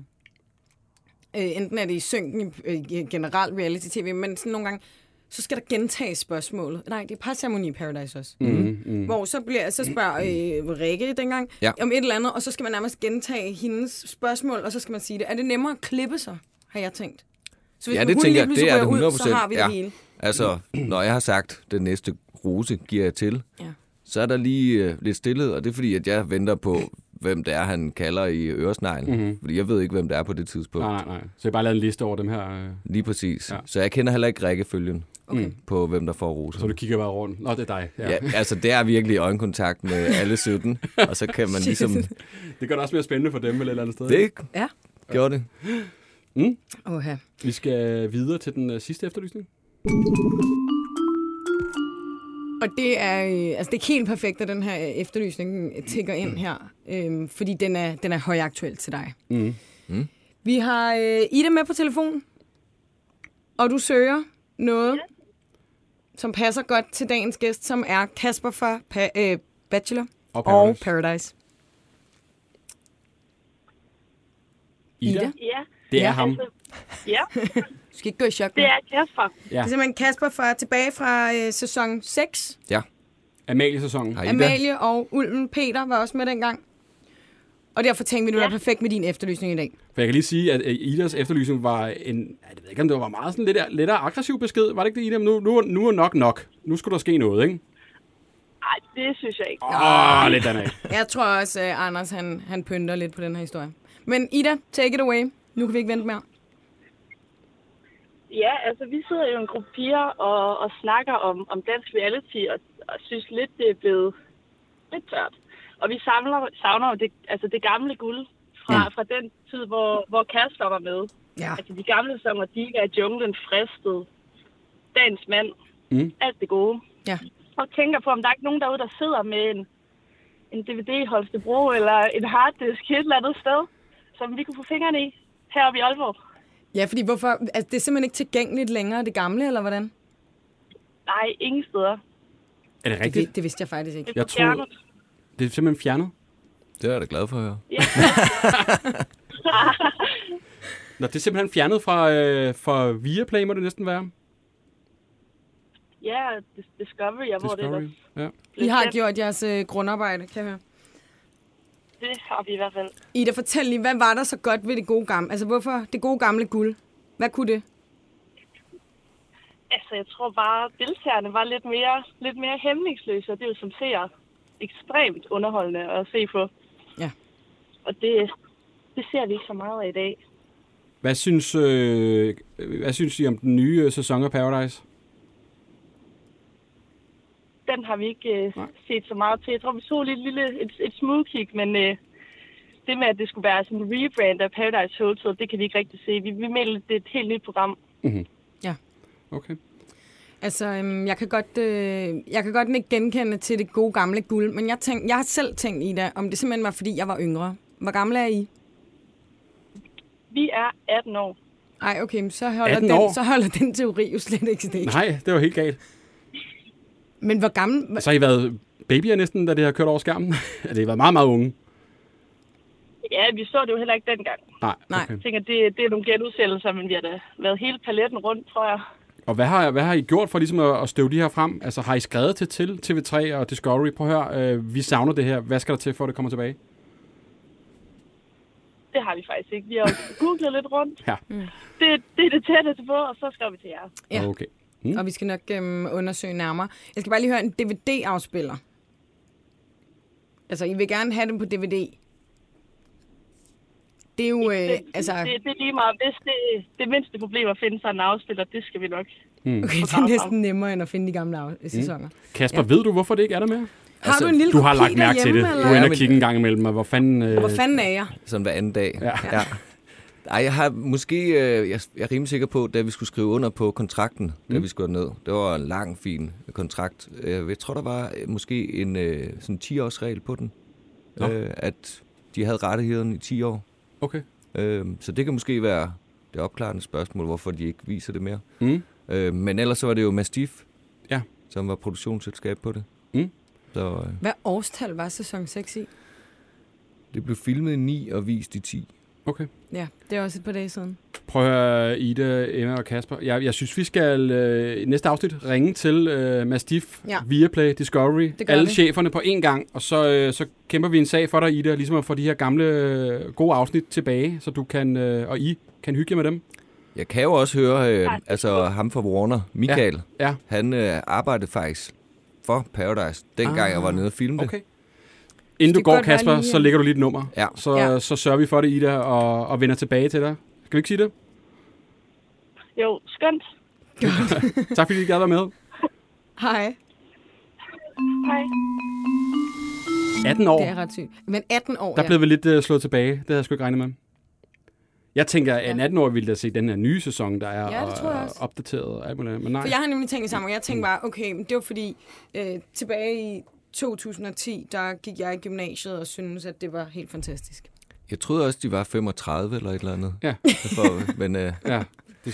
A: enten er det i synken øh, i generelt reality-tv, men sådan nogle gange, så skal der gentage spørgsmålet. Nej, det er parceremoni i Paradise også.
C: Mm-hmm.
A: Mm-hmm.
B: Mm, mm.
A: Hvor så, bliver, så spørger øh, Rikke dengang
C: Ja.
A: ja. om et eller andet, og så skal man nærmest gentage hendes spørgsmål, og så skal man sige det. Er det nemmere at klippe sig, har jeg tænkt. Så
C: ja
A: hun
C: det
A: lige
C: tænker jeg,
A: pludselig
C: det er det
A: ryger
C: 100
A: Ud, så har vi
C: ja.
A: det hele.
C: Altså, når jeg har sagt, den næste rose giver jeg til,
A: Ja.
C: så er der lige øh, lidt stillhed, og det er fordi, at jeg venter på, hvem det er, han kalder i øresneglen. Mm-hmm. Fordi jeg ved ikke, hvem det er på det tidspunkt.
B: Mhm. Nej, nej, nej. Så jeg har bare lavet en liste over dem her. øh.
C: Lige præcis.
B: Ja. Mm.
C: Ja. Så jeg kender heller ikke rækkefølgen
A: Okay.
C: på, hvem der får roser.
B: Så du kigger bare rundt. Nå, det er dig. Ja.
C: Ja, altså det er virkelig øjenkontakt med alle 17, og så kan man ligesom...
B: Det gør det også mere spændende for dem eller et eller andet sted.
C: Det
A: Ja.
C: gjorde det.
A: Oha.
B: Vi skal videre til den øh, sidste efterlysning.
A: Og det er, øh, altså det er helt perfekt, at den her øh, efterlysning tigger ind her, øhm, fordi den er, den er højaktuel til dig. Mm. Mm. Vi har øh, Ida med på telefon, og du søger noget, som passer godt til dagens gæst, som er Kasper fra pa- øh, Bachelor
B: Og
A: og
B: Paradise.
A: Paradise.
B: Ida.
A: Ida.
E: Ja,
B: Det er
A: Ja.
B: ham.
E: ja
A: Du skal ikke gå i chok.
E: det
A: Det er,
E: er Kasper.
A: det er simpelthen Kasper fra, tilbage fra øh, sæson 6.
C: Ja.
B: Amalie-sæsonen.
C: Hej, Ida.
A: Amalie og Ulven Peter var også med dengang. Og derfor tænkte vi, det ville være perfekt med din efterlysning i dag.
B: For jeg kan lige sige, at øh, Idas efterlysning var en... Jeg ved ikke, om det var meget sådan lidt lettere aggressiv besked. Var det ikke det, Ida? Men nu, nu, nu er nok nok. Nu skulle der ske noget, ikke?
E: Nej, det synes jeg ikke.
B: Åh, oh, lidt dernede.
A: Jeg tror også, at Anders han, han pynter lidt på den her historie. Men Ida, take it away. Nu kan vi ikke vente mere.
E: Ja, altså vi sidder jo en gruppe piger og, og snakker om, om dansk reality, og, og synes lidt, det er blevet lidt tørt. Og vi samler, savner jo det, altså det gamle guld fra, fra den tid, hvor, hvor Kasper var med.
A: Ja.
E: Altså de gamle som Radiga, Junglen, Fristet, Dagens Mand,
B: Mm.
E: mm. alt det gode.
A: Ja.
E: Og tænker på, om der er ikke nogen derude, der sidder med en, en DVD i Holstebro eller en harddisk et eller andet sted, som vi kunne få fingrene i heroppe i Aalborg.
A: Ja, fordi hvorfor? Altså, det er simpelthen ikke tilgængeligt længere, det gamle, eller hvordan?
E: Nej, ingen steder.
B: Er det
A: Det,
B: rigtigt?
A: vid- det vidste jeg faktisk ikke.
E: Det er
B: Jeg
E: på
B: troede-
E: fjernet.
B: Det er simpelthen fjernet.
C: Det er jeg da glad for at høre.
B: Nå, det er simpelthen fjernet fra, øh, fra Viaplay, må det næsten være.
E: Ja, Dis- Discovery, jeg hvor det
B: Discovery.
E: var.
B: Ja.
A: I har gjort jeres øh, grundarbejde, kan jeg høre.
E: Det har vi i hvert fald.
A: Ida, fortæl lige, hvad var der så godt ved det gode gamle? Altså, hvorfor det gode gamle guld? Hvad kunne det?
E: Altså, jeg tror bare, deltagerne var lidt mere, lidt mere hæmningsløse, og det er jo som ser ekstremt underholdende at se på.
A: Ja.
E: Og det, det ser vi ikke så meget af i dag.
B: Hvad synes, øh, hvad synes I om den nye øh, sæson af Paradise?
E: Den har vi ikke øh,
B: Nej.
E: set så meget til. Jeg tror, vi så lidt lille, et, et smugkig, men øh, det med, at det skulle være sådan en rebrand af Paradise Hotel, det kan vi ikke rigtig se. Vi, vi melder det er et helt nyt program.
B: Okay.
A: Altså, øhm, jeg, kan godt, øh, jeg kan godt ikke genkende til det gode gamle guld, men jeg, tænk, jeg har selv tænkt, Ida, om det simpelthen var, fordi jeg var yngre. Hvor gamle er I?
E: Vi er 18 år.
A: Ej, okay, men så holder,
B: 18 år?
A: den, så holder den teori jo slet ikke stik.
B: Nej, det var helt galt.
A: Men hvor gammel...
B: Så har I været babyer næsten, da det har kørt over skærmen? Eller I har været meget, meget unge?
E: Ja, vi så det jo heller ikke dengang.
B: Nej.
A: Nej.
B: Okay.
E: Jeg tænker, det, det er nogle genudsendelser, men vi har da været hele paletten rundt, tror jeg.
B: Og hvad har, hvad har I gjort for ligesom at, at støve de her frem? Altså har I skrevet til, til TV3 og Discovery? Prøv at høre, øh, vi savner det her. Hvad skal der til, for at det kommer tilbage?
E: Det har vi faktisk ikke. Vi har jo googlet lidt rundt.
B: Ja.
E: Det, det er det tætteste på, og så skrev vi til jer.
A: Mm, Ja.
B: Ah, Okay.
A: Og vi skal nok øhm, undersøge nærmere. Jeg skal bare lige høre en DVD-afspiller. Altså, I vil gerne have den på DVD. Det er jo... Øh,
E: Det,
A: altså,
E: det, det er lige meget. Hvis det, det mindste problem at finde sig en afspiller, det skal vi nok.
B: Hmm.
A: okay, det er næsten nemmere, end at finde de gamle af- sæsoner.
B: Kasper, ja. ved du, hvorfor det ikke er der mere?
A: Har du en lille
B: Hmm. Altså, Du har
A: kopi
B: lagt mærke til
A: derhjemme,
B: det.
A: Eller?
B: Du er inde
C: Ja,
B: og
C: men-
B: kigge en gang imellem, og hvor fanden... Øh,
A: Hvor fanden er jeg?
C: Sådan hver anden dag.
B: Ja.
C: ja. Ej, jeg har måske, øh, jeg, jeg er rimelig sikker på, da vi skulle skrive under på kontrakten, da
B: Mm.
C: vi skulle ned. Det var en lang, fin kontrakt. Øh, Jeg tror, der var øh, måske en øh, sådan 10-årsregel på den.
B: Nå.
C: øh, at de havde rettigheden i 10 år.
B: Okay.
C: Øh, så det kan måske være det opklarende spørgsmål, hvorfor de ikke viser det mere.
B: Mm.
C: Øh, men ellers så var det jo Mastiff,
B: Ja.
C: som var produktionsselskab på det.
B: Mm.
C: Så øh,
A: Hvad årstal var sæson 6 i?
C: det blev filmet i 9 og vist i 10.
B: Okay.
A: Ja, det er også et par dage siden.
B: Prøv at høre, Ida, Emma og Kasper. Jeg, jeg synes, vi skal øh, i næste afsnit ringe til øh, Mastiff, ja.
A: Ja.
B: Viaplay, Discovery,
A: Det gør
B: alle
A: vi.
B: cheferne på én gang, og så, øh, så kæmper vi en sag for dig, Ida, ligesom at få de her gamle øh, gode afsnit tilbage, så du kan, øh, og I kan hygge jer med dem.
C: Jeg kan jo også høre, øh, altså ham fra Warner, Michael,
B: Ja, ja.
C: han øh, arbejdede faktisk for Paradise, dengang ah, jeg var nede og filmede det.
B: Okay.
A: det
B: Inden du
A: kan
B: går,
A: godt være
B: Kasper,
A: lige,
B: så
A: øh,
B: lægger du lige et nummer.
C: Ja.
B: Så,
A: Ja.
B: så sørger vi for det, Ida, og, og vender tilbage til dig. Skal vi ikke sige det?
E: Jo, skønt.
B: Tak fordi I gad være med.
A: Hej.
E: Hej.
B: 18 år.
A: Det er ret sygt. Men 18 år,
B: Der
A: ja.
B: blev vi lidt øh, slået tilbage. Det havde jeg sgu ikke regnet med. Jeg tænker, at en 18-årig ville da se den her nye sæson, der er
A: Ja, det tror jeg
B: og-
A: også.
B: og opdateret og alt muligt. andet. Men nej.
A: For jeg har nemlig tænkt det samme, og jeg
C: Mm.
A: tænkte bare, okay, men det var fordi, øh, tilbage i 2010, der gik jeg i gymnasiet og syntes, at det var helt fantastisk.
C: Jeg troede også, de var 35 eller et eller andet.
B: Ja.
C: For, men øh,
B: Ja, det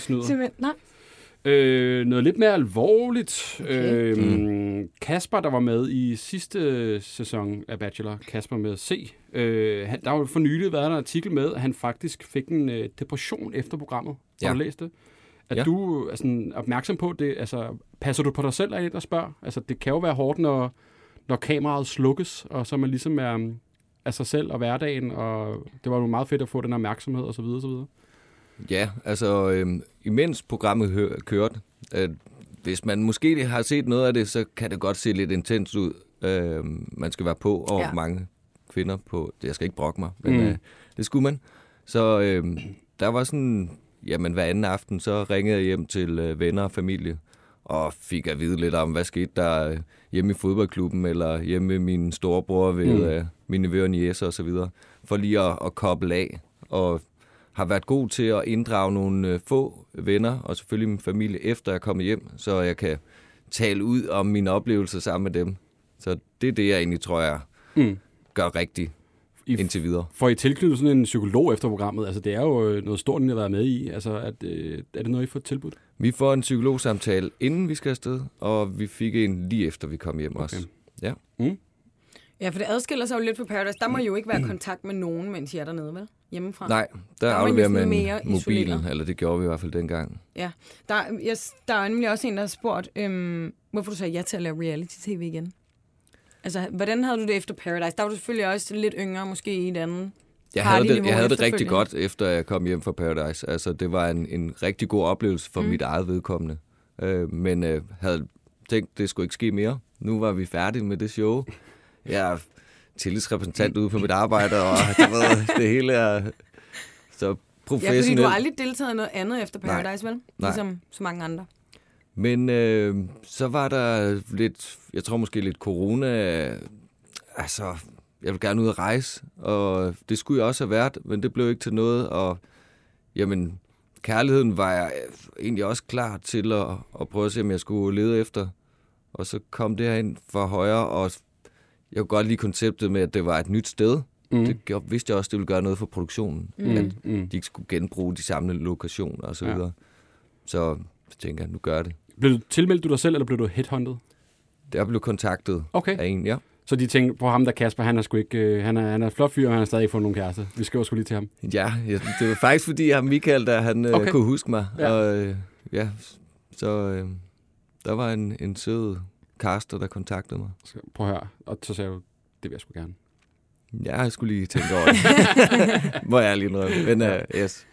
B: snyder.
A: Simpelthen, nej.
B: Øh, noget lidt mere alvorligt. Okay.
C: Mm.
B: Øhm, Kasper, der var med i sidste sæson af Bachelor, Kasper med C, øh, han, der har jo for nylig været en artikel med, at han faktisk fik en øh, depression efter programmet. Har
C: Ja.
B: du læst det? Er
C: Ja.
B: du er sådan, opmærksom på det? Altså, passer du på dig selv, er det, der spørger? Altså, det kan jo være hårdt, når, når kameraet slukkes, og så man ligesom er mm, af sig selv og hverdagen, og det var jo meget fedt at få den opmærksomhed osv. videre.
C: ja, altså øh, imens programmet hø- kørte, øh, hvis man måske har set noget af det, så kan det godt se lidt intens ud. Øh, man skal være på over
A: Ja.
C: ja. mange kvinder på. Jeg skal ikke brokke mig, men
B: Mm.
C: mm. øh, det skulle man. Så øh, der var sådan, jamen hver anden aften, så ringede jeg hjem til øh, venner og familie, og fik at vide lidt om, hvad skete der øh, hjemme i fodboldklubben, eller hjemme med min storebror ved
B: Mm.
C: mm. øh, mine nevøer og niæser og så videre, for lige at, at koble af, og har været god til at inddrage nogle øh, få venner, og selvfølgelig min familie, efter jeg er kommet hjem, så jeg kan tale ud om mine oplevelser sammen med dem. Så det er det, jeg egentlig tror, jeg
B: Mm.
C: gør rigtigt
B: I
C: indtil videre.
B: Får I tilknyttet sådan en psykolog efter programmet? Altså, det er jo øh, noget stort, I har været med i. Altså, at, øh, er det noget, I får tilbudt?
C: Vi får en psykologsamtale, inden vi skal afsted, og vi fik en lige efter, vi kom hjem okay. også. Ja.
A: Ja, for det adskiller sig jo lidt på Paradise. Der må I jo ikke være i kontakt med nogen, mens I er dernede, vel? Hjemmefra.
C: Mm. Nej, der,
A: var
C: der
A: man
C: afleverer
A: jo sådan
C: man
A: mere
C: mobilen,
A: isoleret.
C: eller det gjorde vi i hvert fald dengang.
A: Ja. Der, jeg, der er nemlig også en, der har spurgt, øhm, hvorfor du sagde ja til at lave reality-tv igen? Altså, hvordan havde du det efter Paradise? Der var du selvfølgelig også lidt yngre, måske i et andet.
C: Jeg
A: Har
C: havde,
A: de
C: det, jeg
A: niveau
C: havde det rigtig
A: efterfølgende?
C: godt, efter jeg kom hjem fra Paradise. Altså, det var en, en rigtig god oplevelse for mm. mit eget vedkommende. Øh, men øh, havde tænkt, det skulle ikke ske mere. Nu var vi færdige med det show. Jeg er tillidsrepræsentant
A: Mm.
C: ude på mit arbejde, og du ved, det hele er så
A: Ja, fordi
C: professionelt.
A: du har aldrig deltaget i noget andet efter Paradise, vel?
C: Nej.
A: Ligesom så mange andre.
C: Men øh, så var der lidt, jeg tror måske lidt corona. Altså, jeg vil gerne ud og rejse, og det skulle jeg også have været, men det blev ikke til noget. Og jamen, kærligheden var jeg øh, egentlig også klar til at, at prøve at se, om jeg skulle lede efter. Og så kom det her ind fra højre, og jeg kunne godt lide konceptet med, at det var et nyt sted. Mm. Det gjorde, vidste jeg også, det ville gøre noget for produktionen. Mm. At
B: Mm.
C: de ikke skulle genbruge de samme lokationer osv.
B: Ja.
C: Ja. Så tænker jeg, nu gør jeg det.
B: Blev du tilmeldt du dig selv, eller blev du headhunted?
C: Jeg blev kontaktet
B: Okay.
C: af en, ja.
B: Så de tænkte på ham der Kasper, han er sgu ikke, øh, han er, han er en flot fyr, og han har stadig ikke fået nogen kæreste. Vi skriver sgu lige til ham.
C: Ja, jeg, det var faktisk fordi, at Michael, der han øh,
B: Okay.
C: kunne huske mig.
B: Ja.
C: Ja. Og, øh, ja, så øh, der var en, en sød caster, der kontaktede mig.
B: Så, prøv at høre. Og så sagde du, det vil jeg sgu gerne.
C: Ja, jeg skulle lige tænke over det. Må jeg lige noget. Men øh, yes.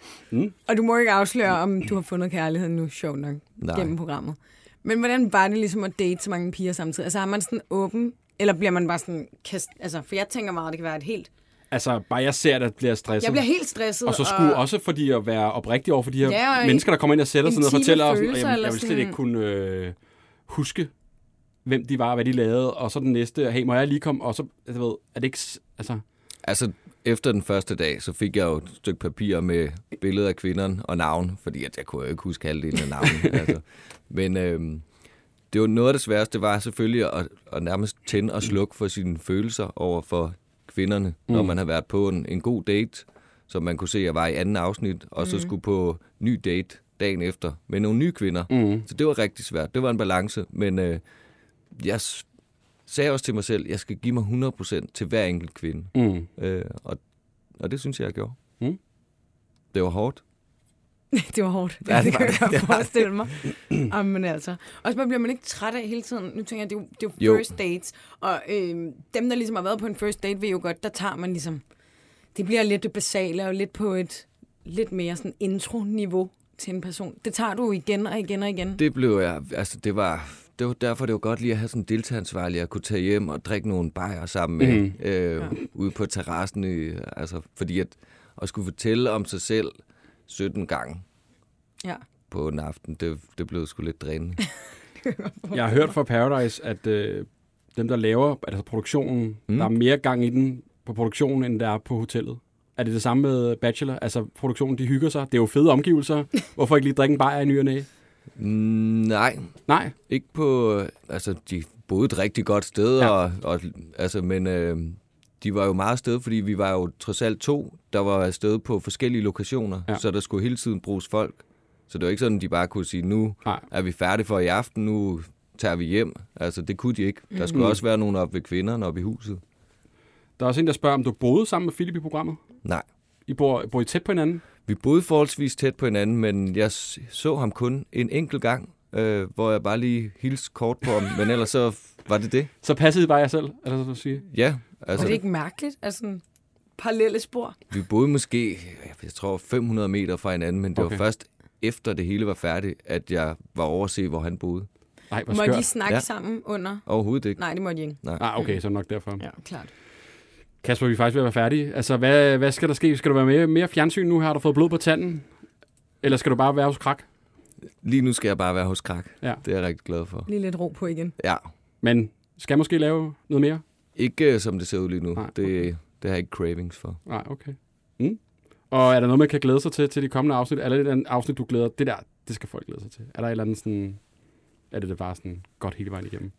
A: Og du må ikke afsløre, om du har fundet kærligheden nu, sjovt nok,
C: Nej.
A: gennem programmet. Men hvordan var det ligesom at date så mange piger samtidig? Altså har man sådan åben, eller bliver man bare sådan kast... Altså, for jeg tænker meget, at det kan være et helt...
B: Altså, bare jeg ser, at jeg bliver stresset.
A: Jeg bliver helt stresset.
B: og så skulle også fordi at være oprigtig over for de her
A: Ja,
B: ja,
A: og
B: mennesker, der kommer ind og sætter sig ned og
A: intime
B: fortæller os.
A: følelser
B: Jeg, jeg
A: eller
B: vil slet
A: sådan-
B: ikke kunne øh, huske, hvem de var, og hvad de lavede, og så den næste, hey, må jeg lige komme, og så, jeg ved, er det ikke, s- altså,
C: Altså, efter den første dag, så fik jeg jo et stykke papir med billeder af kvinderne og navn, fordi at jeg kunne jo ikke huske halvdelen af navnet. altså. Men øhm, det var noget af det sværeste, det var selvfølgelig at, at nærmest tænde og slukke for sine følelser over for kvinderne, mm. når man har været på en, en god date, som man kunne se, jeg var i anden afsnit, og mm. så skulle på ny date dagen efter med nogle nye kvinder.
B: Mm.
C: Så det var rigtig svært. Det var en balance, men øh, jeg s- sagde også til mig selv, jeg skal give mig 100% til hver enkelt kvinde.
B: Mm.
C: Øh, og, og det synes jeg, jeg gjorde.
B: Mm.
C: Det var hårdt.
A: det var hårdt.
C: Ja, det
A: det
C: var
A: kan
C: det.
A: jeg
C: Ja.
A: godt forestille mig. Jamen altså. Og så bliver man ikke træt af hele tiden. Nu tænker jeg, det er jo, det er jo,
C: Jo.
A: first dates. Og øh, dem, der ligesom har været på en first date, ved jo godt, der tager man ligesom... Det bliver lidt det basale og lidt på et lidt mere sådan intro-niveau til en person. Det tager du igen og igen og igen.
C: Det blev jeg, altså det var, det var derfor, det var godt lige at have sådan en deltageransvarlig, at kunne tage hjem og drikke nogle bajer sammen med,
B: Mhm.
C: mm. øh, ja. ude på terrassen, i, altså fordi at, at skulle fortælle om sig selv 17 gange
A: Ja.
C: Altså på en aften, det, det blev sgu lidt drænende.
B: Jeg har hørt fra Paradise, at øh, dem, der laver altså produktionen, mm.
C: Mm.
B: der er mere gang i den på produktionen, end der er på hotellet. Er det det samme med Bachelor? Altså, produktionen, de hygger sig. Det er jo fede omgivelser. Hvorfor ikke lige drikke en bajer i ny og næ?
C: Mm, nej,
B: Nej.
C: ikke på, øh, altså de boede et rigtig godt sted,
B: Ja.
C: ja. og, og, altså, men øh, de var jo meget afsted, fordi vi var jo trods alt to, der var afsted på forskellige lokationer,
B: Ja.
C: ja. så der skulle hele tiden bruges folk. Så det var ikke sådan, de bare kunne sige, nu
B: Nej.
C: er vi færdige for i aften, nu tager vi hjem. Altså, det kunne de ikke. Der skulle også være nogen oppe ved kvinderne oppe i huset.
B: Der er også en, der spørger, om du boede sammen med Philip i programmet?
C: Nej.
B: I bor, bor I tæt på hinanden?
C: Vi boede forholdsvis tæt på hinanden, men jeg s- så ham kun en enkelt gang, øh, hvor jeg bare lige hilste kort på ham, men ellers så f- var det det.
B: Så passede I bare jer selv, eller så at sige.
C: Ja,
A: Er
C: altså,
A: det ikke mærkeligt? Altså, sådan parallelle spor.
C: vi boede måske, jeg tror, 500 meter fra hinanden, men det
B: Okay.
C: var først efter det hele var færdigt, at jeg var over at se, hvor han boede.
B: Nej, hvor
A: Må
B: skørt.
A: de snakke ja.
C: Ja.
A: sammen under?
C: Overhovedet ikke.
A: Nej, det må de ikke.
B: Ah, okay, så er det nok derfor.
A: Ja, klart.
B: Kasper, vi er faktisk ved at være færdige. Altså, hvad, hvad skal der ske? Skal du være mere, mere fjernsyn nu? Har du fået blod på tanden? Eller skal du bare være hos krak?
C: Lige nu skal jeg bare være hos Krak.
B: Ja.
C: Det er jeg rigtig glad for.
A: Lige lidt ro på igen.
C: Ja,
B: Men skal måske lave noget mere?
C: ikke øh, som det ser ud lige nu.
B: Nej, okay.
C: Det, det har jeg ikke cravings for.
B: Nej, okay. Mm. Og er der noget, man kan glæde sig til til de kommende afsnit? Er der et eller andet afsnit, du glæder Det der, det skal folk glæde sig til. Er der et eller andet sådan... Er det, det bare sådan godt hele vejen igennem?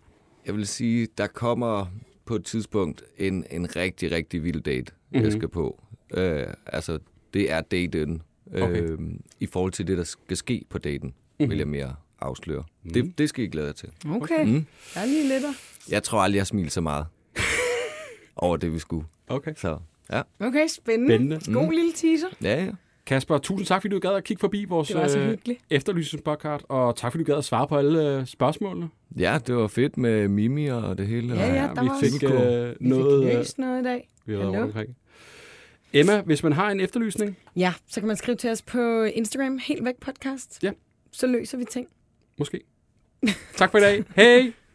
C: Jeg vil sige, der kommer på et tidspunkt en, en rigtig, rigtig vild date, mm-hmm.
B: Mhm.
C: jeg skal på. Øh, altså, det er daten.
B: Okay. Mhm.
C: Øh, I forhold til det, der skal ske på daten, mm-hmm. vil jeg mere afsløre. Mm. Det, det skal I glæde jer til.
A: Okay.
C: Mm.
A: Jeg er lige lidt.
C: Jeg tror aldrig, jeg smilte så meget over det, vi skulle.
B: Okay.
C: Så ja,
A: Okay, spændende.
B: Spændende.
A: God
C: Mm.
A: lille teaser.
C: ja, ja.
B: Kasper, tusind tak, fordi du gad at kigge forbi vores
A: Det var så
B: øh,
A: hyggeligt.
B: efterlysningspodcast, og tak, fordi du gad at svare på alle øh, spørgsmålene.
C: ja, det var fedt med Mimi og det hele.
A: Ja,
C: og,
A: ja. der
B: vi
A: var
B: fik
C: også-
B: øh,
A: Vi
B: noget,
A: fik
B: øh,
A: løst noget i dag.
B: vi har været
A: Hallo.
B: rundt omkring. Emma, hvis man har en efterlysning,
A: Ja, så kan man skrive til os på Instagram, helt væk podcast.
B: Ja.
A: Så løser vi ting.
B: måske. Tak for i dag. Hej!